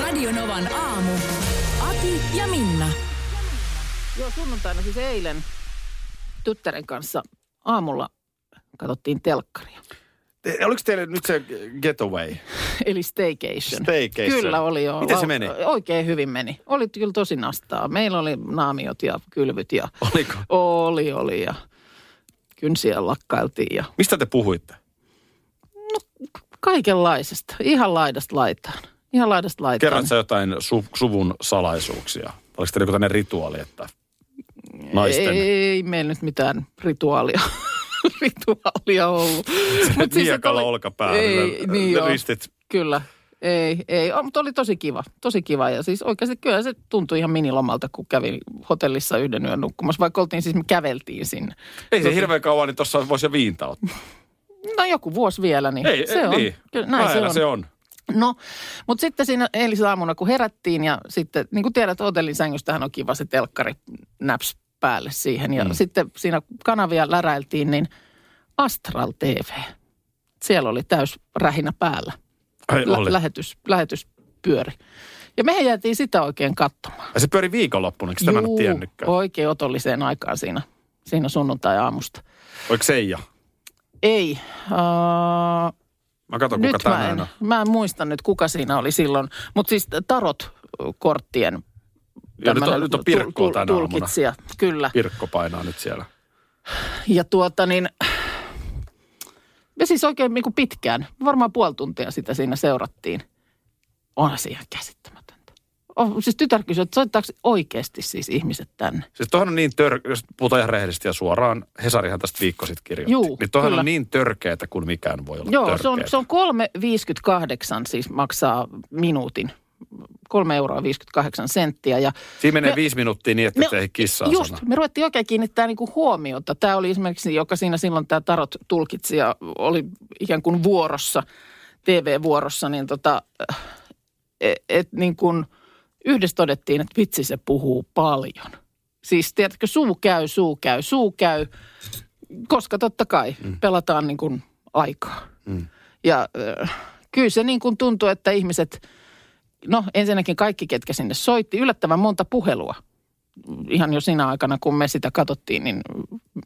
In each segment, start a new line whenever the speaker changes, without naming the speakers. Radionovan aamu. Ati ja Minna.
Joo, sunnuntaina siis eilen tyttären kanssa aamulla katsottiin telkkaria.
Te- Oliko teillä nyt se getaway?
Eli staycation.
Staycation.
Kyllä oli joo.
Miten se
Lau-
meni?
Oikein hyvin meni. Oli kyllä tosi nastaa. Meillä oli naamiot ja kylvyt ja
Oliko?
oli, oli ja kynsiä lakkailtiin ja
Mistä te puhuitte?
kaikenlaisesta. Ihan laidasta laitaan. Ihan laidasta laitaan.
Kerroit sä jotain su- suvun salaisuuksia? Oliko teillä joku tämmöinen rituaali, että naisten...
Ei, ei meillä nyt mitään rituaalia, rituaalia ollut. Mut siis, et
miekalla
oli-
olkapäällä,
Ei, niin joo.
ristit.
Kyllä. Ei, ei. O, mutta oli tosi kiva, tosi kiva. Ja siis oikeasti kyllä se tuntui ihan minilomalta, kun kävin hotellissa yhden yön nukkumassa, vaikka oltiin siis, me käveltiin sinne.
Ei se hirveän kauan, niin tuossa voisi jo viinta ottaa.
No joku vuosi vielä, niin
Ei,
se
ei,
on.
Niin.
Kyllä, näin se
Aina
on.
se on.
No, mutta sitten siinä eilisaamuna, kun herättiin ja sitten, niin kuin tiedät, hotellin sängystähän on kiva se telkkari naps päälle siihen. Ja
Mm.
sitten siinä kun kanavia läräiltiin, niin Astral TV. Siellä oli täys rähinä päällä.
Ai, oli.
Lä- lähetys, lähetys pyöri. Ja mehän jäätiin sitä oikein katsomaan.
Ja se pyöri viikonloppuna, eikö sitä mä en ole
Juu,
tiennytkään?
oikein otolliseen aikaan siinä, siinä sunnuntai-aamusta.
Oliko Seija?
Ei, äh,
Mä katson, kuka
nyt mä
tänään
en,
on.
mä en muista nyt kuka siinä oli silloin, mutta siis tarot-korttien
Ja nyt
tämmönen
on, nyt on
tul-
Pirkkoa
tul-
tänä aamuna.
tulkitsija, kyllä.
Pirkko painaa nyt siellä.
Ja tuota niin, me siis oikein niin kuin pitkään, varmaan puoli tuntia sitä siinä seurattiin. Onhan se ihan käsittämätöntä. On, siis tytär kysyi, että soittaako oikeasti siis ihmiset tänne?
Siis tohan on niin tör... jos puhutaan ihan rehellisesti ja suoraan, Hesarihan tästä viikko sitten kirjoitti.
Juu,
niin tohan
kyllä.
on niin törkeätä kuin mikään voi olla
Joo,
törkeätä.
se on, se on 3,58 siis maksaa minuutin. 3 euroa 58 senttiä ja
Siinä menee
Me-
viisi minuuttia niin, että
me-
me... ei kissaa
Just,
sana.
me ruvettiin oikein kiinnittää niinku huomiota. Tämä oli esimerkiksi, joka siinä silloin tämä Tarot tulkitsija oli ikään kuin vuorossa, TV-vuorossa, niin tota, et, et niin kuin yhdessä todettiin, että vitsi se puhuu paljon. Siis tiedätkö, suu käy, suu käy, suu käy, koska totta kai mm. pelataan niin kuin aikaa.
Mm.
Ja äh, kyllä se niin kuin tuntuu, että ihmiset, no ensinnäkin kaikki, ketkä sinne soitti, yllättävän monta puhelua. Ihan jo sinä aikana, kun me sitä katsottiin, niin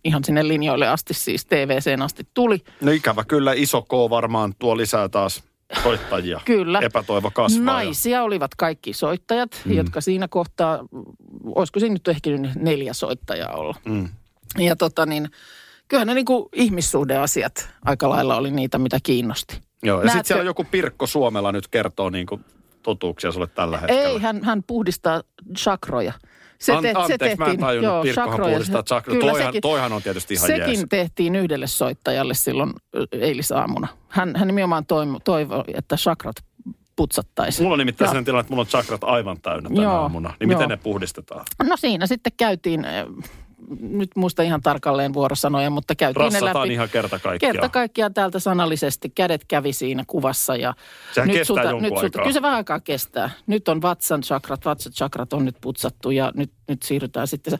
ihan sinne linjoille asti, siis TVCen asti tuli.
No ikävä kyllä, iso K varmaan tuo lisää taas soittajia.
Kyllä.
Epätoivo kasvaa.
Naisia olivat kaikki soittajat, mm. jotka siinä kohtaa, olisiko siinä nyt ehkä nyt neljä soittajaa ollut.
Ja... Mm.
Ja tota niin, kyllähän ne niin kuin ihmissuhdeasiat aika lailla oli niitä, mitä kiinnosti.
Joo, ja
Näetkö-
sitten siellä joku Pirkko Suomella nyt kertoo niin kuin totuuksia sulle tällä hetkellä.
Ei, hän, hän puhdistaa chakroja.
An- anteeksi, mä en tajunnut, Pirkkohan puhdistaa chakroja.
Kyllä
Toihan-
sekin,
toihan on tietysti ihan
Sekin
jees.
tehtiin yhdelle soittajalle silloin ö, eilisaamuna. Hän, hän nimenomaan toivo, toivoi, että chakrat putsattaisiin.
Mulla on nimittäin
Ja-
sellainen tilanne, että mulla on chakrat aivan täynnä tänä
Joo,
aamuna. Niin miten
joo.
ne puhdistetaan?
No siinä sitten käytiin, ö, nyt muista ihan tarkalleen vuorosanoja, mutta käytiin ne
Rassataan
läpi.
ihan kerta kaikkiaan.
Kerta kaikkiaan täältä sanallisesti kädet kävi siinä kuvassa. Ja
Sehän kestää jonkun
nyt
aikaa.
Kyllä se vähän aikaa kestää. Nyt on vatsan chakrat, vatsat chakrat on nyt putsattu ja nyt, nyt siirrytään sitten. Sä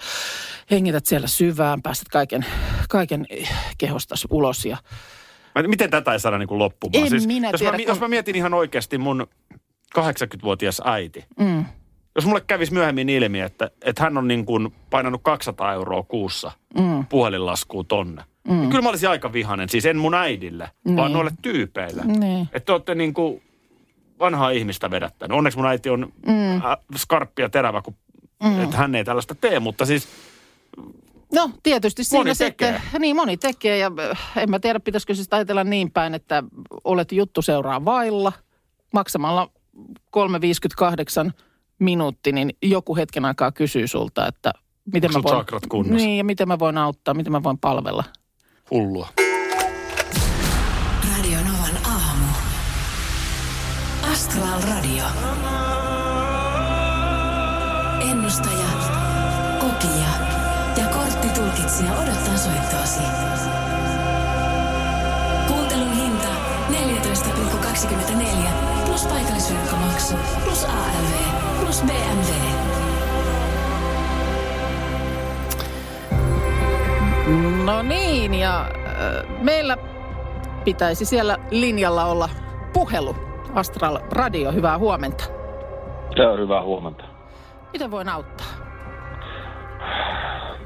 hengität siellä syvään, päästät kaiken, kaiken kehostas ulos ja
Mä- Miten tätä ei saada niin kuin loppumaan?
En minä
jos,
tiedä,
mä, mi-
kun-
jos mä mietin ihan oikeasti mun 80-vuotias äiti. Mm. Jos mulle kävisi myöhemmin ilmi, että, että hän on niin kuin painanut 200 euroa kuussa mm. puhelinlaskuun tonne. Mm. Niin kyllä mä olisin aika vihanen, siis en mun äidille, niin. vaan noille tyypeille.
Niin.
Että te olette niin kuin vanhaa ihmistä vedättänyt. Onneksi mun äiti on mm. äh, skarppi ja terävä, kun, mm. että hän ei tällaista tee, mutta siis
No tietysti siinä
Moni
sitten,
tekee.
niin moni tekee ja äh, en mä tiedä pitäisikö siis ajatella niin päin, että olet juttu seuraa vailla maksamalla 3,58 minuutti, niin joku hetken aikaa kysyy sulta, että miten
Onko
mä
sun
voin,
chakrat kunnossa?
niin, ja miten mä voin auttaa, miten mä voin palvella.
hullua.
Radio Novan aamu. Asti Festival Radio. Ennustaja, kokija ja korttitulkitsija odottaa soittoasi. Kuuntelun hinta 14,24 plus paikallisverkkomaksu plus ALV plus BMW.
No niin, ja äh, meillä pitäisi siellä linjalla olla puhelu. Astral Radio, hyvää huomenta.
Se on hyvää huomenta.
Miten voin auttaa?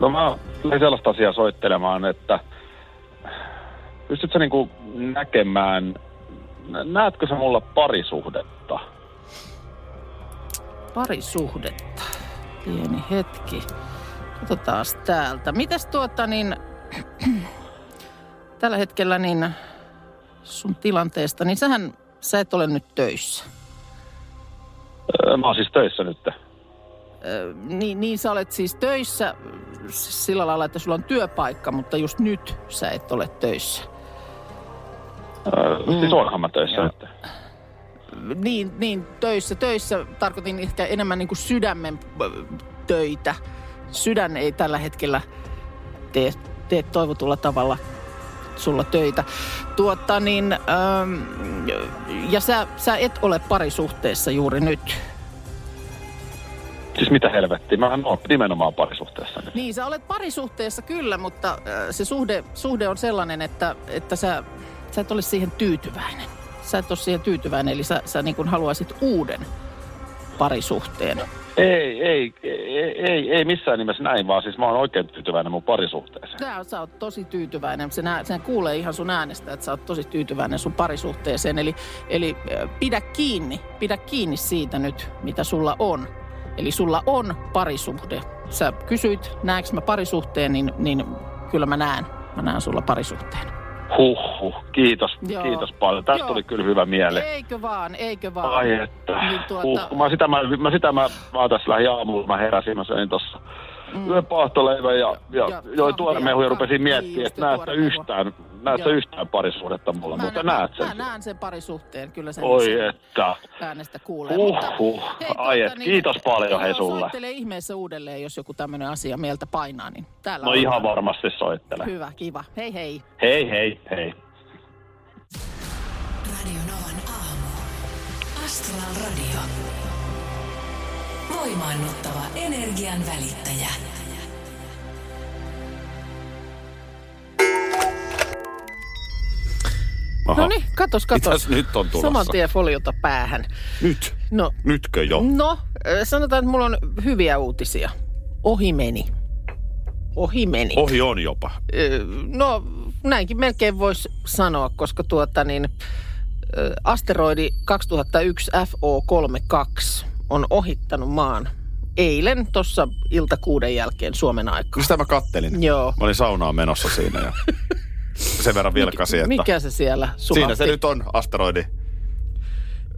No mä lähdin sellaista asiaa soittelemaan, että pystytkö niinku näkemään, nä- näetkö sä mulla parisuhdetta?
Pari suhdetta. Pieni hetki. Katsotaan täältä. Mitäs tuota niin... Tällä hetkellä niin sun tilanteesta, niin sähän, sä et ole nyt töissä.
Öö, Mä oon siis töissä nyt.
Ö, niin, niin sä olet siis töissä s- sillä lailla, että sulla on työpaikka, mutta just nyt sä et ole töissä.
Öö, Siis onhan mä töissä
Joo.
nyt.
Niin, niin töissä, töissä tarkoitin ehkä enemmän niin kuin sydämen ö, töitä. Sydän ei tällä hetkellä tee, tee toivotulla tavalla sulla töitä. Tuota niin, äm, ja sä, sä et ole parisuhteessa juuri nyt.
Siis mitä helvettiä, mähän oon nimenomaan parisuhteessa nyt.
Niin, sä olet parisuhteessa kyllä, mutta äh, se suhde, suhde on sellainen, että, että sä, sä et ole siihen tyytyväinen. Sä et ole siihen tyytyväinen, eli sä, sä niin kuin haluaisit uuden parisuhteen.
Ei, ei, ei, ei, ei missään nimessä näin, vaan siis mä oon oikein tyytyväinen mun parisuhteeseen.
Tää, sä oot tosi tyytyväinen. Se, nä, sen kuulee ihan sun äänestä, että sä oot tosi tyytyväinen sun parisuhteeseen. Eli, eli äh, pidä kiinni, pidä kiinni siitä nyt, mitä sulla on. Eli sulla on parisuhde. Sä kysyit, näekö mä parisuhteen, niin, niin kyllä mä näen. Mä näen sulla parisuhteen.
Huhhuh, kiitos,
Joo.
kiitos paljon. Tästä
Joo.
tuli kyllä hyvä mieli.
Eikö vaan, eikö vaan.
Ai että.
Niin tuota,
Huh, mä sitä mä, mä, sitä mä, mä tässä lähi aamulla, mä heräsin, mä söin tossa mm. yön paahtoleivän ja, ja,
Ja
ja join
kahvia,
tuoreen mehun ja rupesin
kahvia,
miettimään,
just
että näet sä
tuore mehu.
yhtään, näet sä
Joo.
yhtään parisuhdetta mulla,
mä,
mutta
nä-
näet sen.
Mä näen sen parisuhteen, kyllä sen
Oi
sen
että.
äänestä kuulee.
Uhuh. Ai
tuota
et, kiitos paljon hei
joo,
sulle.
Soittele ihmeessä uudelleen, jos joku tämmöinen asia mieltä painaa, niin täällä
No
on.
ihan varmasti soittele.
Hyvä, kiva. Hei hei.
Hei hei hei.
Radio Novan aamu. Astral Radio. Voimaannuttava energian välittäjä.
No niin, katos, katos.
Mitäs nyt on tulossa?
Saman tien foliota päähän.
Nyt.
No,
Nytkö jo?
no, äh, sanotaan, että mulla on hyviä uutisia. Ohi meni. Ohi meni.
Ohi on jopa.
Ö, No näinkin melkein voisi sanoa, koska tuota niin, ö, asteroidi 2001 FO32 on ohittanut maan eilen tuossa iltakuuden jälkeen Suomen aikaa.
Sitä mä kattelin.
Joo.
Mä olin saunaan menossa siinä ja sen verran vilkasi, Niin, että
Mikä se siellä sulatti?
siinä se nyt on asteroidi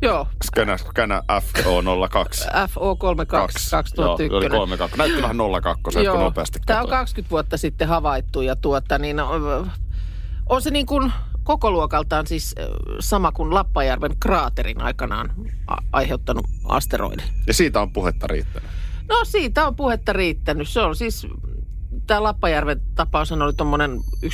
Joo,
Skänä, skänä FO02.
FO32 2001.
Joo, oli 32. Näytti vähän 02, kun nopeasti
Tämä on
katsoin.
20 vuotta sitten havaittu ja tuota, niin on, on se niin kuin koko luokaltaan siis ö, sama kuin Lappajärven kraaterin aikanaan a- aiheuttanut asteroidi.
Ja siitä on puhetta riittänyt.
No siitä on puhetta riittänyt. Se on siis, tämä Lappajärven tapaus oli tuommoinen 1,6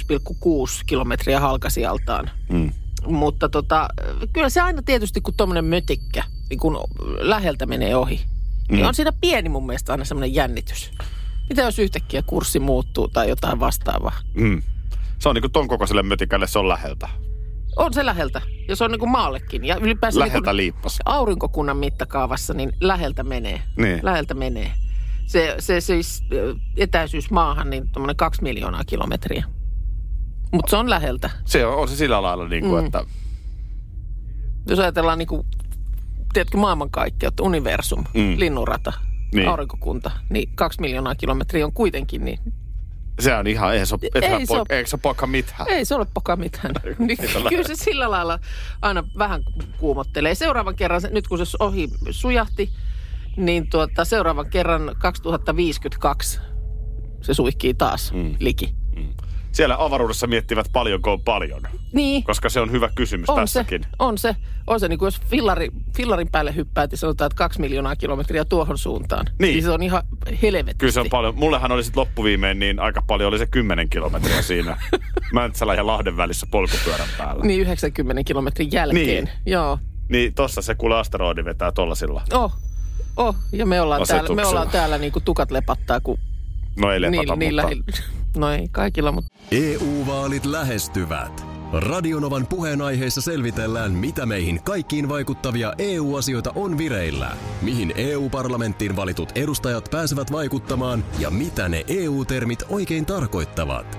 kilometriä halkasijaltaan.
Mm.
Mutta tota, kyllä se aina tietysti, kun tuommoinen mötikkä niin kun läheltä menee ohi, niin
Mm.
on siinä pieni mun mielestä aina semmoinen jännitys. Mitä jos yhtäkkiä kurssi muuttuu tai jotain vastaavaa?
Mm. Se on niinku ton kokoiselle mötikälle, se on läheltä.
On se läheltä, ja se on niin kuin maallekin. Ja ylipäänsä niin
Läheltä
kuin
liippas.
aurinkokunnan mittakaavassa, niin läheltä menee.
Niin.
Läheltä menee. Se, se siis ö, etäisyys maahan, niin tuommoinen kaksi miljoonaa kilometriä. Mutta se on läheltä.
Se on, on se sillä lailla, niinku,
Mm.
mm. että
Jos ajatellaan niin kuin, tiedätkö, maailmankaikkeutta, universum, mm.
Mm.
linnunrata, niin.
Niin.
aurinkokunta, niin kaksi miljoonaa kilometriä on kuitenkin, niin
se on ihan, eihän se, ole-
Ei
ethän
se
poik-
ole-
eikö se poika mitään.
Ei se ole poka mitään. Niin, kyllä se sillä lailla aina vähän kuumottelee. Seuraavan kerran, se- nyt kun se ohi sujahti, niin tuota, seuraavan kerran 2052 se suihkii taas mm. liki.
siellä avaruudessa miettivät paljonko on paljon.
Niin.
Koska se on hyvä kysymys
On se,
tässäkin.
on se, on se. Niin kuin jos fillari, fillarin päälle hyppäät ja sanotaan, että kaksi miljoonaa kilometriä tuohon suuntaan.
Niin.
se on ihan helvetisti.
Kyllä se on paljon. Mullehan oli sitten loppuviimein niin aika paljon, oli se 10 kilometriä siinä Mäntsälän ja Lahden välissä polkupyörän päällä.
Niin 90 kilometrin jälkeen.
Niin.
Joo.
Niin tossa se kuule asteroidi vetää tollasilla.
Oh. Oh. Ja me ollaan täällä, me
Asetuksella.
ollaan täällä niin kuin tukat lepattaa, kun
No ei lepata,
niin,
mutta...
No ei kaikilla, mutta
EU-vaalit E lähestyvät. Radionovan puheenaiheessa selvitellään, mitä meihin kaikkiin vaikuttavia EU-asioita on vireillä, mihin EU-parlamenttiin valitut edustajat pääsevät vaikuttamaan ja mitä ne EU-termit oikein tarkoittavat.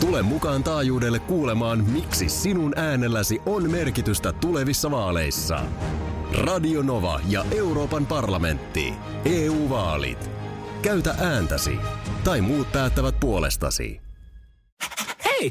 Tule mukaan taajuudelle kuulemaan, miksi sinun äänelläsi on merkitystä tulevissa vaaleissa. Radio Nova ja Euroopan parlamentti. EU-vaalit. Käytä ääntäsi. Tai muut päättävät puolestasi.
Hei!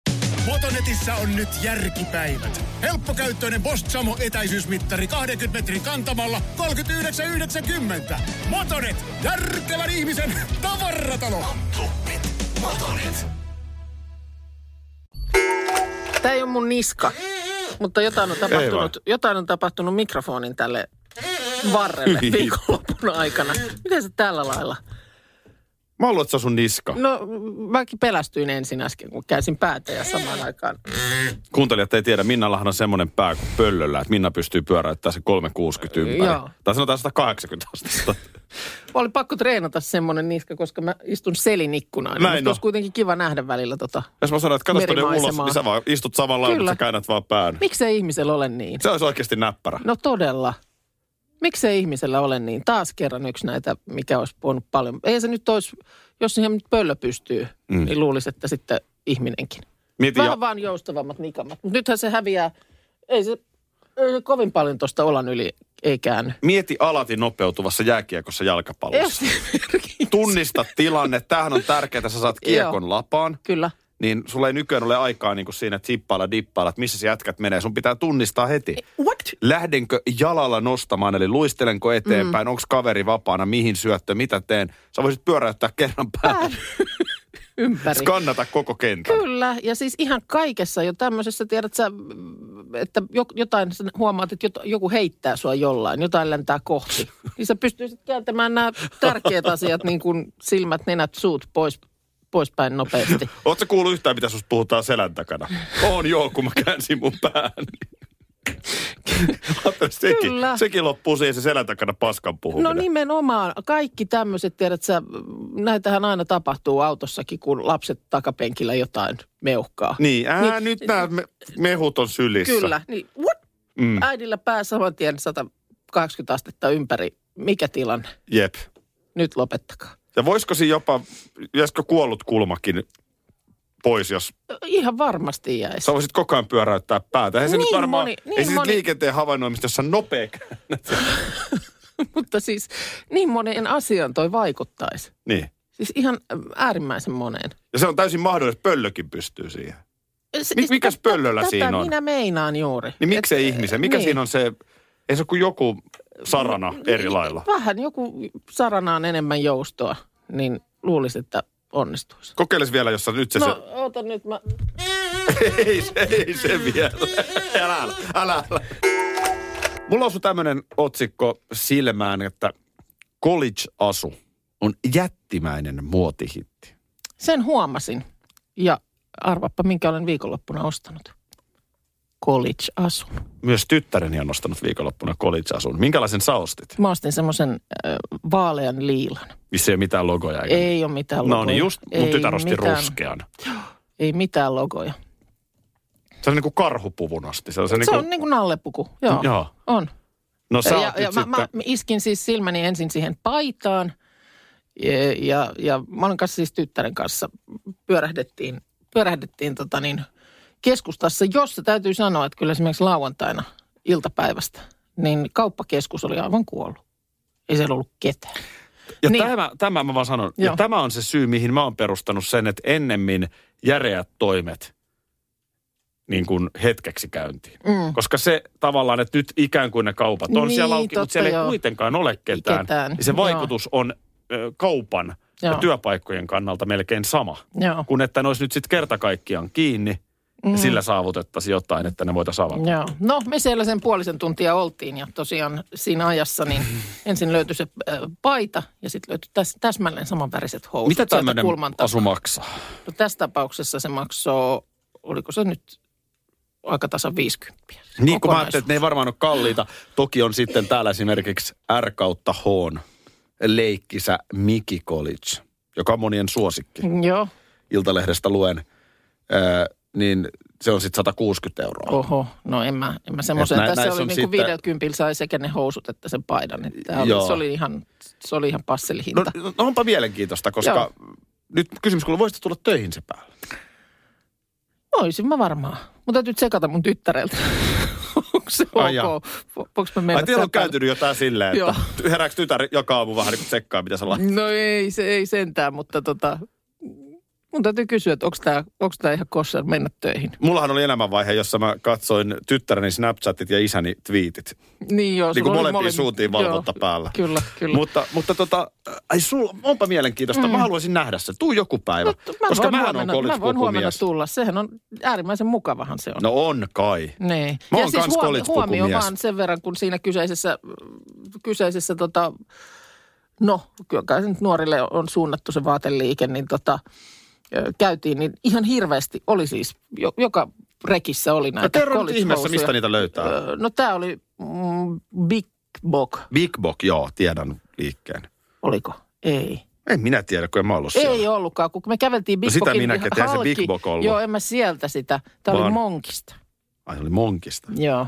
Motonetissä on nyt järkipäivät. Helppokäyttöinen Bosch Samo etäisyysmittari 20 metrin kantamalla 39,90. Motonet, järkevän ihmisen tavaratalo.
tämä ei ole mun niska. Mutta jotain on tapahtunut, jotain on tapahtunut mikrofonin tälle varrelle viikonlopun aikana. Miten se tällä lailla?
Mä luulen, että se on sun niska.
No, mäkin pelästyin ensin äsken, kun käsin päätä ja samaan aikaan.
Kuuntelijat ei tiedä, Minnallahan on semmoinen pää kuin pöllöllä, että Minna pystyy pyöräyttämään se 360 ympäri.
Joo.
Tai sanotaan 180 astetta.
Oli pakko treenata semmoinen niska, koska mä istun selin ikkunaan.
Näin
Musta
on.
olisi kuitenkin kiva nähdä välillä tota.
Jos mä sanon, että katso tuonne ulos,
Merimaisemaa.
niin sä vaan istut samalla,
Kyllä.
mutta sä käännät vaan pään.
Miksei ihmisellä ole niin?
Se olisi oikeasti näppärä.
No todella. Miksei ihmisellä ole niin? Taas kerran yksi näitä, mikä olisi voinut paljon. Ei se nyt olisi, jos siihen nyt pöllö pystyy, mm. niin luulisi, että sitten ihminenkin.
Mieti,
Vähän
ja,
vaan joustavammat nikamat. Mutta nythän se häviää, ei se, ei se kovin paljon tuosta olan yli ei käänny.
mieti alati nopeutuvassa jääkiekossa jalkapallossa.
Esimerkiksi.
Tunnista tilanne. Tämähän on tärkeää, sä saat kiekon
Joo.
lapaan.
Kyllä.
Niin sulla ei nykyään ole aikaa niin kuin siinä tippailla, dippailla, että missä se jätkät menee. Sun pitää tunnistaa heti.
What?
lähdenkö jalalla nostamaan, eli luistelenko eteenpäin, mm. onko kaveri vapaana, mihin syöttö, mitä teen. Sä voisit pyöräyttää kerran päälle,
Ympäri.
skannata koko kentän.
Kyllä, ja siis ihan kaikessa jo tämmöisessä, tiedät sä, että jo- jotain, sä huomaat, että jot- joku heittää sua jollain, jotain lentää kohti. Niin sä pystyisit kääntämään nämä tärkeät asiat, niin kuin silmät, nenät, suut pois, poispäin nopeasti.
Oletko kuullut yhtään, mitä susta puhutaan selän takana? On joo, kun mä käänsin mun pään. Ajattelin, sekin,
Kyllä.
sekin loppuu siihen se selän takana paskan
No
puhuminen.
nimenomaan, kaikki tämmöiset, tiedät sä, näitähän aina tapahtuu autossakin, kun lapset takapenkillä jotain meuhkaa.
Niin, ää, nyt nämä me, mehut on sylissä.
Kyllä, niin what? Mm. Äidillä pää saman tien 180 astetta ympäri. Mikä tilanne?
Jep.
Nyt lopettakaa.
Ja voisiko siinä jopa, jäisikö kuollut kulmakin pois, jos
Ihan varmasti jäisi.
Sä voisit koko ajan pyöräyttää päätä. Eihän se
Niin
nyt varmaan,
moni- niin
ei se nyt
moni-
liikenteen havainnoimista, jossa on nopea.
Mutta siis niin moneen asiaan toi vaikuttaisi.
niin.
Siis ihan äärimmäisen moneen.
Ja se on täysin mahdollista, pöllökin pystyy siihen.
Se-
Mik- mikäs
siis tätä-
pöllöllä
tätä
siinä on?
minä meinaan juuri.
Niin miksei
Et-
ihmisen? Mikä
niin.
siinä on se, ei se ole kuin joku sarana eri lailla.
Niin, Vähän joku saranaan enemmän joustoa, niin luulisi, että onnistuisi.
Kokeiles vielä, jos sä nyt se...
No,
se...
oota nyt mä...
ei, se, ei se vielä. Älä, älä, älä, älä. Mulla osui tämmönen otsikko silmään, että college-asu on jättimäinen muotihitti.
Sen huomasin. Ja arvappa, minkä olen viikonloppuna ostanut. College-asun.
Myös tyttäreni on nostanut viikonloppuna college-asun. Minkälaisen sä ostit?
Mä ostin semmoisen äh, vaalean liilan.
Missä ei ole mitään logoja. eikä-
Ei ole mitään logoja.
No niin, just mun
Ei
tytär osti
mitään-
ruskean.
Ei mitään logoja.
Se on niin kuin karhupuvun asti. Se on, se niin
Se
kuin,
on niin kuin nallepuku, joo.
Joo.
On.
No sä
Ja,
oot
ja
nyt
mä, mä
sitten...
iskin siis silmäni ensin siihen paitaan. Ja, ja, ja mä olin kanssa siis tyttären kanssa pyörähdettiin pörähdettiin tota niin, keskustassa, jossa täytyy sanoa, että kyllä esimerkiksi lauantaina iltapäivästä, niin kauppakeskus oli aivan kuollut. Ei siellä ollut ketään.
Ja
Niin.
niin. tämä, tämä mä vaan sanon.
Joo.
Ja tämä on se syy, mihin mä oon perustanut sen, että ennemmin järeät toimet niin kuin hetkeksi käyntiin. Mm. Koska se tavallaan, että nyt ikään kuin ne kaupat on
Niin,
siellä auki,
totta
mutta siellä
joo.
ei kuitenkaan ole ketään.
Ketään,
Niin se
joo.
vaikutus joo. on ö, kaupan joo.
Joo.
ja työpaikkojen kannalta melkein sama.
Joo.
Kun että ne olisi nyt sitten kerta kaikkiaan kiinni mm. ja sillä saavutettaisiin jotain, että ne voitaisiin avata.
Joo. No me siellä sen puolisen tuntia oltiin ja tosiaan siinä ajassa niin ensin löytyi se äh, paita ja sitten löytyi täs, täsmälleen samanväriset housut.
Mitä
sieltä
tämmöinen
kulman takaa.
asu maksaa?
No, tässä tapauksessa se maksoi, oliko se nyt aika tasan 50.
Niin kun mä ajattelin,
Kokonaisuus.
että ne ei varmaan ole kalliita. Toki on sitten täällä esimerkiksi R kautta H leikkisä Miki College, joka on monien suosikki.
Joo,
Iltalehdestä luen, ää, niin se on sitten 160 euroa.
oho, no en mä, en mä semmoisen.
nä-
Tässä
näissä
oli
on
niinku
sitten-
50 sai sekä ne housut että sen paidan. Että tää oli,
Joo.
se, oli ihan, se oli ihan
No,
passelihinta.
no onpa mielenkiintoista, koska nyt kysymys kuuluu, voisitko tulla töihin se päälle?
Voisin mä varmaan. Mutta täytyy tsekata mun tyttäreltä. Onko se
Ai jaa.
ok? Vo- Voinko mä mennä
Ai teillä on
täpään?
käytynyt jotain silleen,
Joo.
että herääkö tytär joka aamu vähän niin kuin tsekkaa, mitä sä laitat?
No ei, se ei sentään, mutta tota, mun täytyy kysyä, että onko tämä onks tää ihan kossar mennä töihin.
Mullahan oli elämänvaihe, jossa mä katsoin tyttäreni Snapchatit ja isäni tweetit.
Niin joo.
Niin
sulla
kuin
oli
molempiin
molemmin-
suuntiin valvonta
joo,
päällä.
Kyllä, kyllä.
Mutta, mutta tota, äh, ai sul, onpa mielenkiintoista. Mm. Mä haluaisin nähdä se. Tuu joku päivä.
Mut mä
koska
voin
mä on
huomenna,
college
mä voin huomenna
pukumies.
tulla. Sehän on äärimmäisen mukavahan se on.
No on kai.
Niin. ja
Mä oon
siis
kans
huomio,
college-pukumies.
huomio vaan sen verran, kun siinä kyseisessä, kyseisessä tota, no kyllä kai se nyt nuorille on suunnattu se vaateliike, niin tota, ö, käytiin, niin ihan hirveästi oli siis, jo, joka rekissä oli näitä
No kerro nyt
college-housuja.
ihmeessä, mistä niitä löytää.
Ö, No tämä oli mm, Big Bok,
Big Bok, joo, tiedän liikkeen.
oliko? Ei.
En minä tiedä, kun en mä ollut siellä.
Ei ollutkaan, kun me käveltiin Big
No sitä
Bokin
minäkin, että eihän se
halki.
Big Bok ollut.
Joo, en mä sieltä sitä. Tämä oli
Vaan-
Monkista.
Ai oli monkista.
Joo.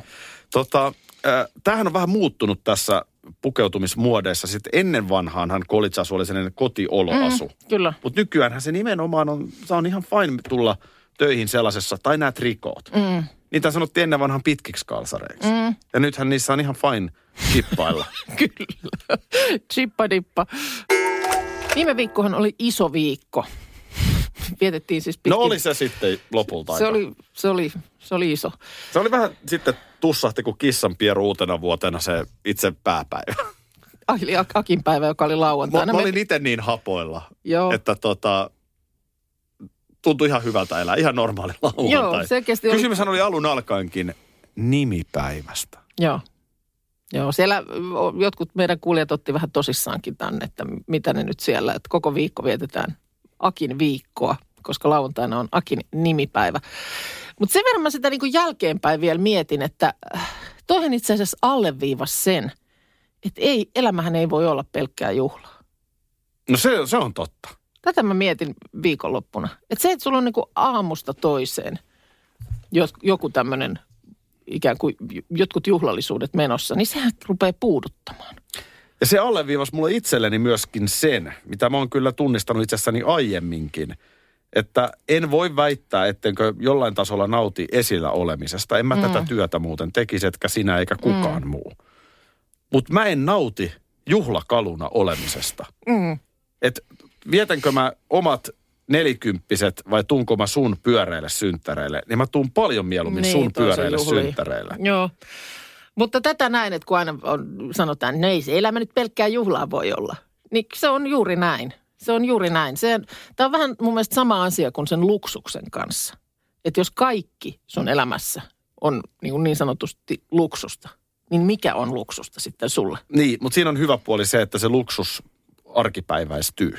Tota, äh, tämähän on vähän muuttunut tässä pukeutumismuodeissa. Sitten ennen vanhaanhan college-asu oli sellainen kotioloasu. Mm.
Kyllä.
Mutta nykyäänhän se nimenomaan on, se on ihan fine tulla töihin sellaisessa, tai nämä trikoot. Mm. Niitä sanottiin ennen vanhan pitkiksi kalsareiksi. Mm. Ja nythän niissä on ihan fine kippailla.
Kyllä. Chippadippa. Viime viikkohan oli iso viikko. Vietettiin siis pitkin.
no oli se sitten lopulta.
Se
aika.
oli, se oli, se oli iso.
se oli vähän sitten tussahti kuin kissan pieru uutena vuotena se itse pääpäivä.
Ai, Oli Ak- Akin päivä, joka oli
Mä,
lauantaina.
mä olin itse niin hapoilla,
Joo.
että tota, tuntui ihan hyvältä elää, ihan normaali lauantai.
Joo, selkeästi oli-
Kysymyshän oli alun alkaenkin nimipäivästä.
Joo. Joo, siellä o, jotkut meidän kuulijat otti vähän tosissaankin tänne, että mitä ne nyt siellä, että koko viikko vietetään Akin viikkoa, koska lauantaina on Akin nimipäivä. Mutta sen verran mä sitä niinku jälkeenpäin vielä mietin, että äh, toihan itse asiassa alleviivas sen, että ei, elämähän ei voi olla pelkkää juhlaa.
No se, se on totta.
Tätä mä mietin viikonloppuna. Että se, että sulla on niinku aamusta toiseen jos- joku tämmöinen ikään kuin j- jotkut juhlallisuudet menossa, niin sehän rupeaa puuduttamaan.
Ja se alleviivas mulle itselleni myöskin sen, mitä mä oon kyllä tunnistanut itsessäni aiemminkin, että en voi väittää, ettenkö jollain tasolla nauti esillä olemisesta. En mä mm. tätä työtä muuten tekisi, etkä sinä eikä kukaan mm. muu. Mutta mä en nauti juhlakaluna olemisesta. Mm. Et vietänkö mä omat nelikymppiset vai tunko mä sun pyöreille synttäreille, niin mä tuun paljon mieluummin
Niin,
sun
toisen
pyöreille
juhliin.
synttäreille.
Joo. Mutta tätä näin, että kun aina on, sanotaan, no ei se elämä nyt pelkkää juhlaa voi olla. Niin se on juuri näin. Se on juuri näin. Se, tämä on vähän mun mielestä sama asia kuin sen luksuksen kanssa. Että jos kaikki sun elämässä on niin, niin sanotusti luksusta, niin mikä on luksusta sitten sulle?
Niin, mutta siinä on hyvä puoli se, että se luksus arkipäiväistyy.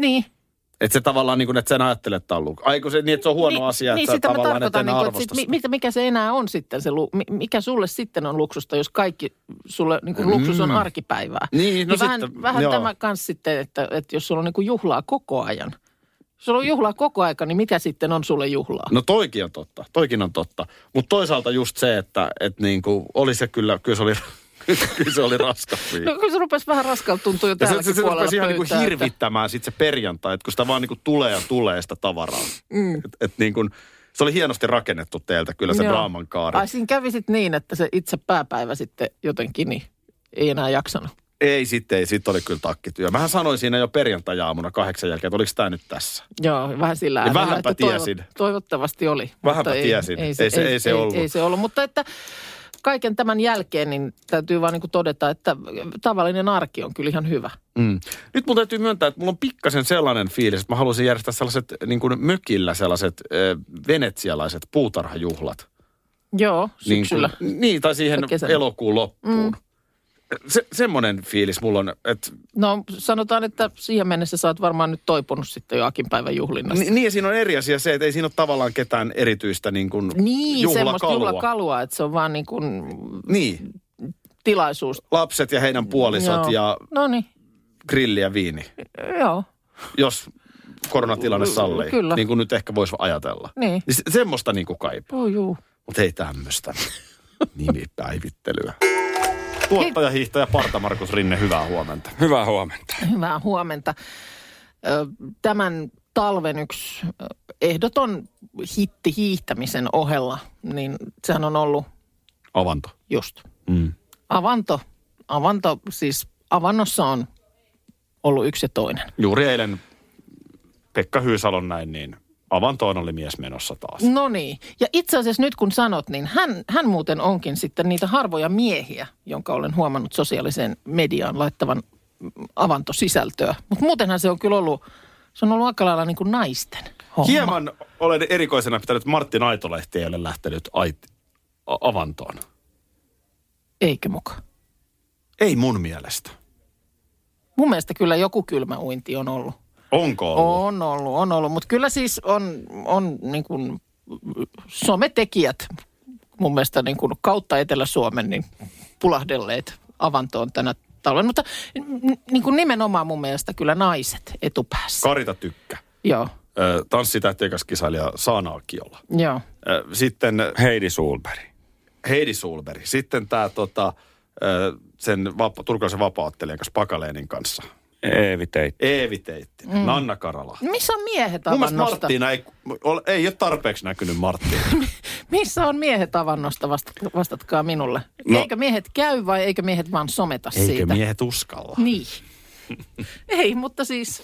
Niin,
Että se tavallaan niin kuin, että sen ajattelee, että on luk- Ai kun se, niin, että se on huono
niin,
asia,
niin,
että sä
sitä mä
tavallaan et
tarkoitan,
enää
niin,
arvosta
että
sitä.
sit, mi- mitä, mikä se enää on sitten se, lu- mi- mikä sulle sitten on luksusta, jos kaikki sulle, niin
Mm.
kuin luksus on arkipäivää.
Niin, no
vähän,
sitten,
vähän
joo.
tämä kanssa sitten, että, että jos sulla on niin kuin juhlaa koko ajan, jos sulla on juhlaa koko aika, niin mikä sitten on sulle juhlaa?
No toikin on totta, toikin on totta. Mutta toisaalta just se, että et niin kuin, oli se kyllä, kyllä se oli, kyllä Kyllä se oli raskas viikko.
No kun se rupesi vähän raskalta tuntua jo
Ja se, se,
täälläkin
se
puolella
rupesi ihan niinku
pöytää, että-
hirvittämään sit se perjantai, että kun sitä vaan niinku tulee ja tulee sitä tavaraa. Mm. Et, et niinku, se oli hienosti rakennettu teiltä kyllä se
Joo.
draaman kaari.
Ai siinä kävi sitten niin, että se itse pääpäivä sitten jotenkin niin ei enää jaksanut.
Ei sitten, ei sitten oli kyllä takkityö. Mähän sanoin siinä jo perjantai-aamuna kahdeksan jälkeen, että oliko tämä nyt tässä.
Joo, vähän sillä
Niin
äänellä,
vähänpä
että toivo-
tiesin.
Toivottavasti oli.
Vähänpä
mutta
tiesin. Ei se- ei se ollut.
Ei, se ollut, mutta että kaiken tämän jälkeen niin täytyy vaan niin kuin todeta, että tavallinen arki on kyllä ihan hyvä.
Mm. Nyt mun täytyy myöntää, että mulla on pikkasen sellainen fiilis, että mä haluaisin järjestää sellaiset niin kuin mökillä sellaiset ö, venetsialaiset puutarhajuhlat.
Joo, syksyllä.
Niin, kuin, niin tai siihen
Tai kesällä.
elokuun loppuun. Mm. Se, semmoinen fiilis mulla on, että
No sanotaan, että siihen mennessä sä oot varmaan nyt toipunut sitten jo Akin päivän juhlinnasta.
Ni, niin ja siinä on eri asia se, että ei siinä ole tavallaan ketään erityistä niin kuin
Niin, semmoista
juhlakalua.
juhlakalua, että se on vaan niin kuin
Niin,
tilaisuus.
lapset ja heidän puolisot Joo. ja
No niin,
grilli ja viini,
joo.
jos koronatilanne sallii.
Kyllä.
Niin kuin nyt ehkä voisi ajatella.
Niin.
se, semmoista niin kuin kaipaa,
Joo, joo.
mutta ei tämmöistä nimipäivittelyä. Tuottaja, hiihtäjä Parta Markus Rinne, hyvää huomenta.
Hyvää huomenta.
Hyvää huomenta. Ö, Tämän talven yksi ö, ehdoton hitti hiihtämisen ohella, niin sehän on ollut
Avanto.
just
Mm.
avanto. Avanto, siis avannossa on ollut yksi ja toinen.
Juuri eilen Pekka Hyysalon näin, niin avantoon oli mies menossa taas.
No niin, ja itse asiassa nyt kun sanot, niin hän, hän muuten onkin sitten niitä harvoja miehiä, jonka olen huomannut sosiaaliseen mediaan laittavan mm, avantosisältöä. Mutta muutenhan se on kyllä ollut, se on ollut aika lailla niin kuin naisten homma.
Hieman olen erikoisena pitänyt, että Martin Aitolehti ei ole lähtenyt ait- a- avantoon.
Eikö muka?
Ei mun mielestä.
Mun mielestä kyllä joku kylmä uinti on ollut.
Onko ollut?
On ollut, on ollut. Mutta kyllä siis on, on niin kuin sometekijät mun mielestä niin kuin kautta Etelä-Suomen niin pulahdelleet avantoon tänä talvena. Mutta n- niin kuin nimenomaan mun mielestä kyllä naiset etupäässä.
Karita Tykkä,
joo,
ö, tanssitähtien kanssa kisailija Saana Akiola.
joo.
Ö, Sitten
Heidi Sulberg.
Heidi Sulberg. Sitten tämä tota, ö, sen vapa, turkulaisen vapaattelijan kanssa Pakaleenin kanssa.
Eevi teit.
Eevi Teittinen, mm. Nanna Karala.
Missä on miehet
Mun mielestä
avannosta?
Marttiina ei, ole, ei ole tarpeeksi näkynyt Marttiina.
Missä on miehet avannosta? Vasta, vastatkaa minulle. No.
No.
Eikö miehet käy vai eikö miehet vaan someta siitä?
miehet uskalla?
Niin. ei, mutta siis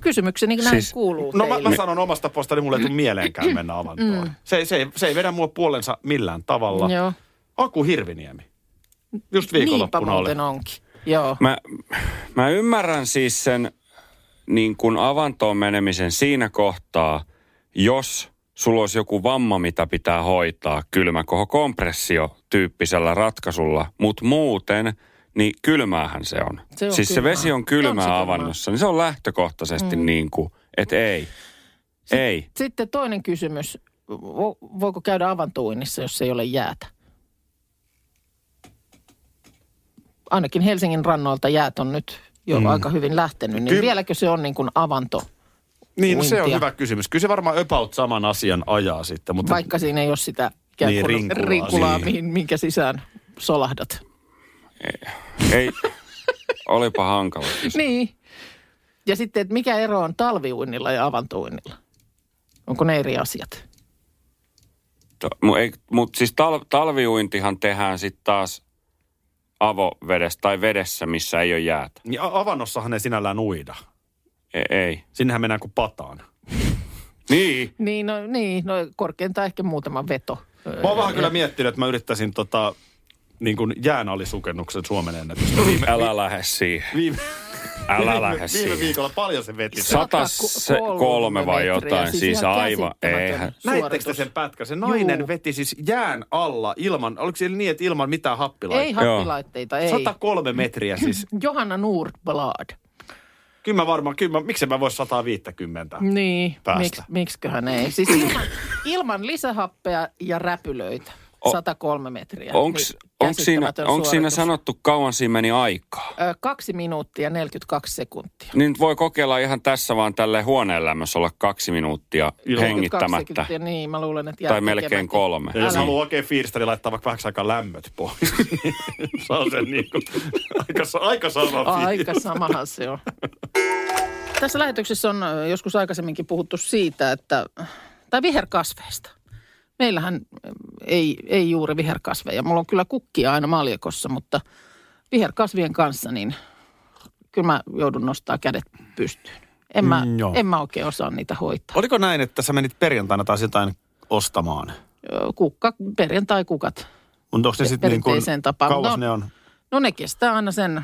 kysymykseni näin siis,
Siis-
kuuluu
No mä,
teille.
mä sanon omasta postani, mulle ei tule
Mm.
mieleenkään mennä avantoon. Se, ei- se, ei, se ei vedä mua puolensa millään tavalla.
Joo.
Aku Hirviniemi. Just viikonloppuna
Niinpä
oli.
muuten onkin. Joo.
Mä, mä ymmärrän siis sen niin kuin avantoon menemisen siinä kohtaa, jos sulla olisi joku vamma, mitä pitää hoitaa kylmäkohokompressio tyyppisellä ratkaisulla, mutta muuten, niin kylmäähän se on.
Se on
siis se
kylmää.
vesi on
On se
kylmää
kylmää.
avannossa, niin se on lähtökohtaisesti mm. niin kuin, että ei. ei.
Sitten toinen kysymys. Vo, voiko käydä avantuinnissa, jos ei ole jäätä? Ainakin Helsingin rannoilta jäät on nyt jo mm. aika hyvin lähtenyt, niin
Ky-
vieläkö se on niin kuin avanto,
Niin, no se on
Uintia.
hyvä kysymys. Kyllä se varmaan about saman asian ajaa sitten. Mutta
vaikka siinä ei ole sitä ikään
Niin,
kuin
rinkulaa.
rinkulaa
Niin.
mihin, minkä sisään solahdat?
Ei. Olipa hankala.
Niin. Ja sitten, että mikä ero on talviuinnilla ja avantuinnilla? Onko ne eri asiat?
Mutta siis tal, talviuintihan tehdään sitten taas avovedessä tai vedessä, missä ei ole jäätä.
Niin a- avannossahan ei sinällään uida.
E,
Ei. ei.
Sinnehän mennään kuin pataan.
Niin.
Niin, no, niin, no korkeintaan ehkä muutama veto.
Mä oon vähän kyllä miettinyt, että mä yrittäisin tota, niin kuin jäänalisukennuksen Suomen
No
ennätystä. Viime,
Älä lähde siihen.
viime,
Älä
viime,
lähde
viime
siihen.
viikolla paljon se veti. sen.
Sa-
kolme vai jotain, siis, siis aivan. Eihän.
Näittekö te sen pätkän? Se nainen
Juu.
veti siis jään alla ilman, oliko siellä niin, että ilman mitään happilaitteita?
Ei happilaitteita, ei.
103 metriä siis.
Johanna Nordblad.
Kyllä mä varmaan, kyllä mä, miksei mä voi 150?
Niin,
Päästä.
miks, miksiköhän ei. Siis ilman, ilman lisähappea ja räpylöitä. 103 metriä.
Onko
Niin,
siinä,
käsittämätön
onks siinä
suoritus.
sanottu kauan siinä meni aikaa?
Ö, Kaksi minuuttia 42 sekuntia.
Niin voi kokeilla ihan tässä vaan tälle huoneenlämmössä olla kaksi minuuttia
Joo.
42
hengittämättä.
sekuntia, niin mä luulen, että jää
Tai melkein
tekemättä.
kolme.
Ja jos
Älä.
haluaa oikein fiirstari laittaa vaikka vähäksi aikaa lämmöt pois, niin saa sen niin kuin, aika, sa- aika sama
Aika samahan se on. Tässä lähetyksessä on ö, joskus aikaisemminkin puhuttu siitä, että, tai viherkasveista. Meillähän ö, ei, ei juuri viherkasveja. Mulla on kyllä kukkia aina maljakossa, mutta viherkasvien kanssa niin kyllä mä joudun nostaa kädet pystyyn. En mä,
Mm, joo.
en mä oikein osaa niitä hoitaa.
Oliko näin, että sä menit perjantaina taas jotain ostamaan?
Ö, Kukka, perjantai-kukat.
Mutta onko ne
Per-
sitten niin kuin,
perinteiseen tapaan.
kauas
No-
ne on?
No ne kestää aina sen,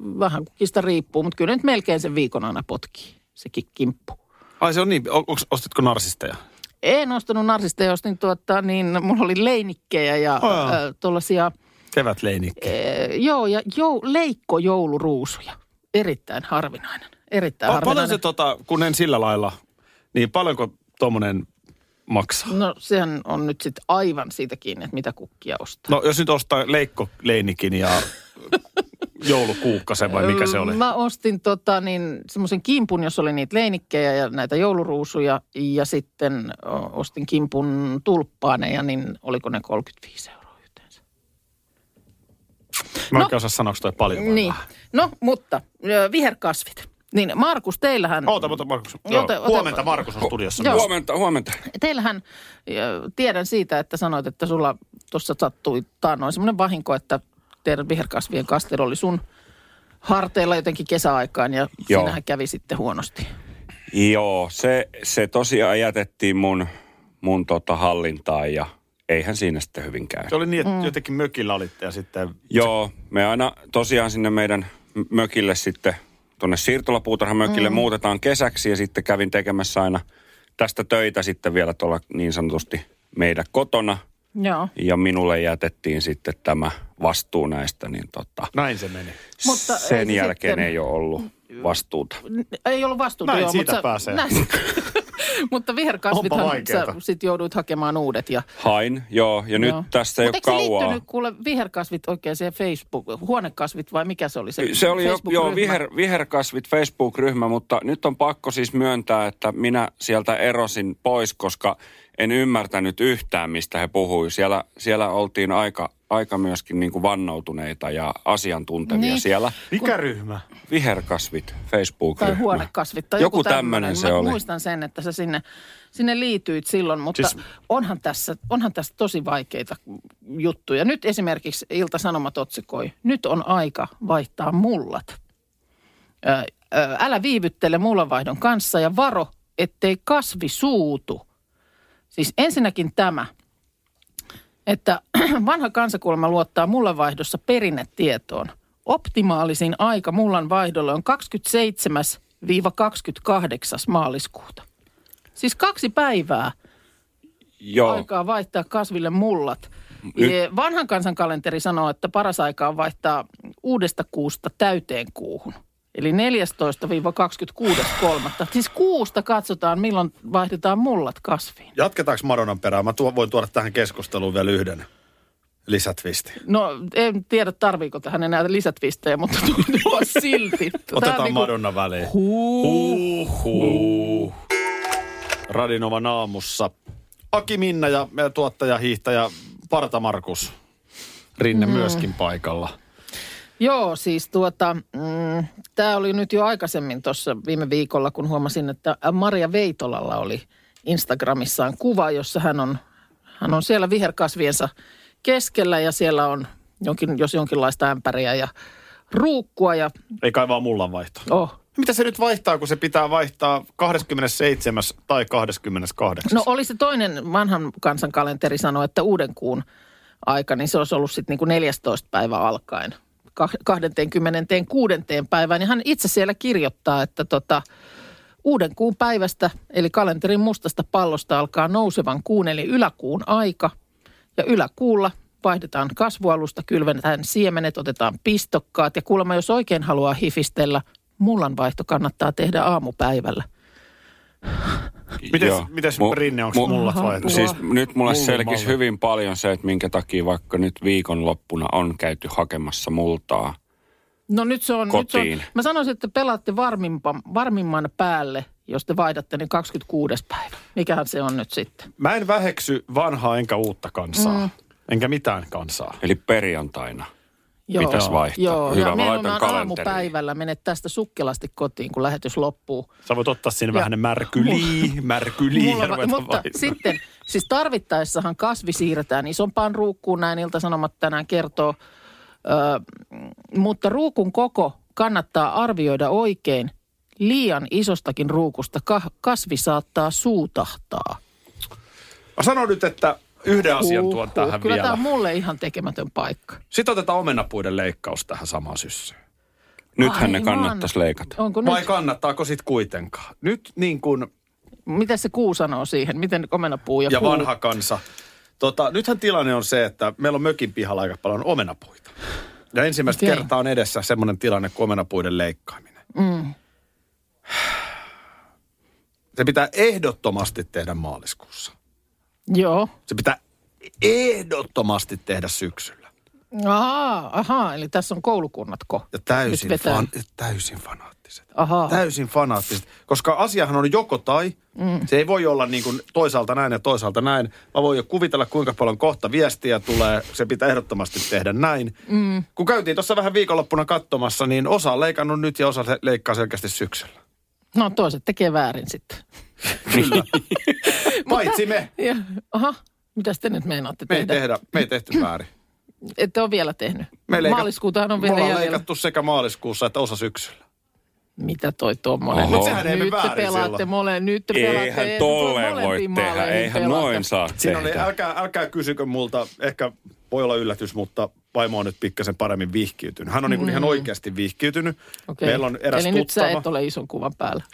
vähän kukista riippuu, mutta kyllä ne nyt melkein sen viikon aina potkii, sekin kimppu.
Ai se on niin, o- onks, ostitko narsisteja?
En ostanut narsisteja, ostin tuota, niin mulla oli leinikkejä ja
Oh, joo.
oh, tuollaisia, e,
Kevätleinikki.
joo, ja jou, leikkojouluruusuja. Erittäin harvinainen, erittäin
Pa- paljon se
harvinainen.
tota, kun en sillä lailla, niin paljonko tommonen maksaa?
No sehän on nyt sitten aivan siitä kiinni, että mitä kukkia ostaa.
No jos nyt ostaa leikkoleinikin ja joulukuukkasen vai mikä se oli?
Mä ostin tota, niin, semmoisen kimpun, jossa oli niitä leinikkejä ja näitä jouluruusuja. Ja sitten o, ostin kimpun tulppaaneja, niin oliko ne 35 euroa yhteensä.
Mä
no.
en no. osaa sanoa, onko toi paljon vai
Niin.
vähän.
No, mutta ö, viherkasvit. Niin, Markus, teillähän...
Oota, oota Markus.
Joo,
Joo.
te- ote-
Huomenta Markus on studiossa.
Joo.
myös.
Huomenta, huomenta.
Teillähän, ö, tiedän siitä, että sanoit, että sulla tuossa sattui taannoin semmoinen vahinko, että teidän viherkasvien kastelu oli sun harteilla jotenkin kesäaikaan ja
Joo.
siinähän kävi sitten huonosti.
Joo, se, se tosiaan jätettiin mun, mun tota hallintaan ja eihän siinä sitten hyvin käy.
Se oli niin, että mm. jotenkin mökillä olitte ja sitten...
Joo, me aina tosiaan sinne meidän m- mökille sitten, tuonne siirtolapuutarhamökille mm. muutetaan kesäksi ja sitten kävin tekemässä aina tästä töitä sitten vielä tuolla niin sanotusti meidän kotona.
Joo.
Ja minulle jätettiin sitten tämä vastuu näistä, niin tota,
Näin se meni.
Mutta ei
sen
se
jälkeen
sitten- Mm.
ei ole ollut vastuuta.
N- Ei ollut vastuuta,
Näin
joo,
siitä
mutta
pääsee.
Näin. mutta
Onpa
viherkasvithan sä
vaikeeta.
sit jouduit hakemaan uudet. Ja,
Hain, joo, ja nyt
joo.
tästä ei
Mut
ole
eikö se
kauaa.
liittynyt kuule viherkasvit oikein siihen Facebook, huonekasvit vai mikä se oli se
Se oli jo, joo,
Facebook-ryhmä?
viher, viherkasvit Facebook-ryhmä, mutta nyt on pakko siis myöntää, että minä sieltä erosin pois, koska en ymmärtänyt yhtään, mistä he puhui. Siellä, siellä oltiin aika, aika myöskin niin kuin vannoutuneita ja asiantuntevia
Niin.
niin. siellä.
Mikä ryhmä?
Viherkasvit
Tai
Facebook-ryhmä.
huonekasvit tai
Joku
joku,
tämmönen
tämmöinen.
se
Mä
oli.
muistan sen, että sä sinne, sinne liityit silloin, mutta siis...
Siis-
onhan, tässä, onhan tässä tosi vaikeita juttuja. Nyt esimerkiksi Ilta-Sanomat otsikoi, nyt on aika vaihtaa mullat. Ö, ö, älä viivyttele mullanvaihdon kanssa ja varo, ettei kasvi suutu. Siis ensinnäkin tämä, että vanha kansakulma luottaa mullanvaihdossa perinnetietoon. Optimaalisin aika mullan vaihdolle on 27-28. maaliskuuta. Siis kaksi päivää
Joo,
aikaa vaihtaa kasville mullat. E, Vanhan kansan kalenteri sanoo, että paras aika on vaihtaa uudesta kuusta täyteen kuuhun. Eli 14-26.3. Siis kuusta katsotaan, milloin vaihdetaan mullat kasviin.
Jatketaanko Madonan perään? Mä tuo, voin tuoda tähän keskusteluun vielä yhden lisätvisti.
No en tiedä tarviiko tähän enää lisätvistejä, mutta tuo silti. Tää on
Otetaan
niinku-
Madonna väliin.
Huu.
Huhhuh. Radinovan aamussa. Aki Minna ja meidän tuottaja, hiihtäjä Parta Markus. Rinne mm. myöskin paikalla.
Joo, siis tuota, mm, tämä oli nyt jo aikaisemmin tuossa viime viikolla, kun huomasin, että Maria Veitolalla oli Instagramissaan kuva, jossa hän on, hän on siellä viherkasviensa keskellä ja siellä on jonkin, jos jonkinlaista ämpäriä ja ruukkua ja
Ei kai vaan mullan vaihto.
oh,
Mitä se nyt vaihtaa, kun se pitää vaihtaa 27. tai 28.
No oli se toinen vanhan kansan kalenteri sanoi, että uuden kuun aika, niin se olisi ollut sitten niinku 14 päivä alkaen. Kah- 26. päivään. Ja hän itse siellä kirjoittaa, että tota, uuden kuun päivästä, eli kalenterin mustasta pallosta alkaa nousevan kuun, eli yläkuun aika. Ja yläkuulla vaihdetaan kasvualusta, kylvetään siemenet, otetaan pistokkaat. Ja kuulemma, jos oikein haluaa hifistellä, mullanvaihto kannattaa tehdä aamupäivällä.
Mites-
Joo.
mites Rinne, onks mullat vai- Apua.
Siis nyt mulle
Mulla
selkisi
malli.
hyvin paljon se, että minkä takia vaikka nyt viikonloppuna on käyty hakemassa multaa.
No nyt se on... Nyt
Kotiin.
se on mä sanoisin, että pelaatte varmimman, varmimman päälle, jos te vaihdatte ne 26. päivä. Mikähän se on nyt sitten?
Mä en väheksy vanhaa enkä uutta kansaa. Mm. Enkä mitään kansaa.
Eli perjantaina. Pitäis vaihtaa.
Joo,
Hyvä,
ja
mä laitan
nimenomaan
kalenteriin.
aamupäivällä menet tästä sukkelasti kotiin, kun lähetys loppuu.
Sä voit ottaa sinne
Ja-
vähän ne märkylii, märkylii.
Mulla
ja
va-
ruveta
mutta
vaihtaa.
sitten, siis tarvittaessahan kasvi siirretään isompaan ruukkuun, näin Ilta-Sanomat tänään kertoo. Ö, mutta ruukun koko kannattaa arvioida oikein. Liian isostakin ruukusta ka- kasvi saattaa suutahtaa.
Mä sanon nyt, että yhden asian tuon
Huhhuh.
tähän
Kyllä
vielä.
tämä on mulle ihan tekemätön paikka.
Sitten otetaan omenapuiden leikkaus tähän samaan syssyyn.
Nythän ne
Aivan.
kannattaisi leikata.
Onko
Vai
No nyt?
kannattaako sit kuitenkaan? Nyt niin kuin,
Mitä se kuu sanoo siihen? Miten omenapuu ja,
ja
kuu?
vanha kansa. Tota, nythän tilanne on se, että meillä on mökin pihalla aika paljon omenapuita. Ja ensimmäistä
Okei.
kertaa on edessä semmoinen tilanne kuin omenapuiden leikkaaminen.
Mm.
Se pitää ehdottomasti tehdä maaliskuussa.
Joo.
Se pitää ehdottomasti tehdä syksyllä.
Ahaa, ahaa, eli tässä on koulukunnatko?
Ja
Nyt
täysin,
vetää.
fan, täysin fanaattiset.
Ahaa.
Täysin fanaattiset. Koska asiahan on joko tai. Mm. Se ei voi olla niin kuin toisaalta näin ja toisaalta näin. Mä voin jo kuvitella, kuinka paljon kohta viestiä tulee. Se pitää ehdottomasti tehdä näin. Mm. Kun käytiin tuossa vähän viikonloppuna katsomassa, niin osa on leikannut nyt ja osa se- leikkaa selkeästi syksyllä.
No toiset tekee väärin sitten. Niin.
Paitsi me.
Ja, aha, mitä te nyt meinaatte
Me ei,
tehdä?
tehdä, me ei tehty väärin.
Ette ole vielä tehnyt.
Me leika-
Maaliskuutahan on
Me
vielä
ollaan
jäljellä.
leikattu sekä maaliskuussa että osa syksyllä.
Mitä toi tuommoinen?
Oho. Mut
sehän ei mene
nyt te
väärin
pelaatte
silloin.
mole, nyt te pelaatte.
Eihän
ei-
tolleen voi
no molempiin
tehdä,
maaleihin
eihän
pelata.
noin saa
Siinä oli,
tehdä.
älkää, älkää kysykö multa, ehkä voi olla yllätys, mutta vaimo on nyt pikkasen paremmin vihkiytynyt. Hän on mm. ihan oikeasti vihkiytynyt. Okay.
Okei.
Meillä on eräs
Eli nyt sä
tuttava.
et ole ison kuvan päällä.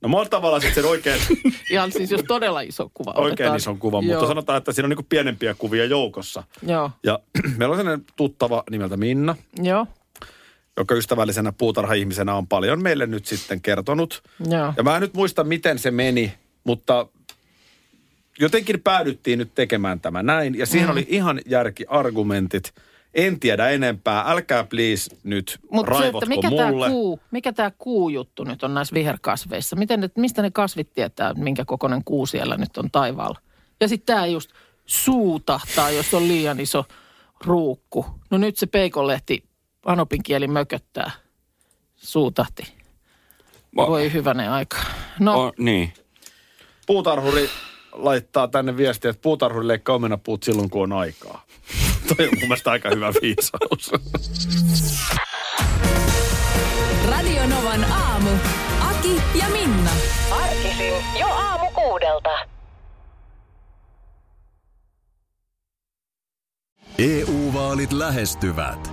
No mä oon tavallaan sitten sen oikein,
Ihan siis jos todella iso kuva
oikein
otetaan.
ison kuvan,
Joo.
mutta sanotaan, että siinä on niinku pienempiä kuvia joukossa.
Joo,
Ja meillä on sellainen tuttava nimeltä Minna,
joo,
joka ystävällisenä puutarha-ihmisenä on paljon meille nyt sitten kertonut.
joo.
Ja mä en nyt muista, miten se meni, mutta jotenkin päädyttiin nyt tekemään tämä näin. Ja siihen mm. oli ihan järkiargumentit. En tiedä enempää. Älkää please nyt
Mutta se, että
raivotko
mikä tämä
mulle.
kuu, mikä tää kuujuttu nyt on näissä viherkasveissa? Miten ne, mistä ne kasvit tietää, minkä kokoinen kuu siellä nyt on taivaalla? Ja sitten tämä just suutahtaa, jos on liian iso ruukku. No nyt se peikonlehti anopin kieli mököttää. Suutahti.
Va-
Voi hyvänen aika. No,
O, niin.
Puutarhuri laittaa tänne viestiä, että puutarhuri leikkaa omenapuut silloin, kun on aikaa. Toi on mun mielestä aika hyvä viisaus.
Radio Novan aamu. Aki ja Minna.
Arkisin jo aamu kuudelta.
EU-vaalit E lähestyvät.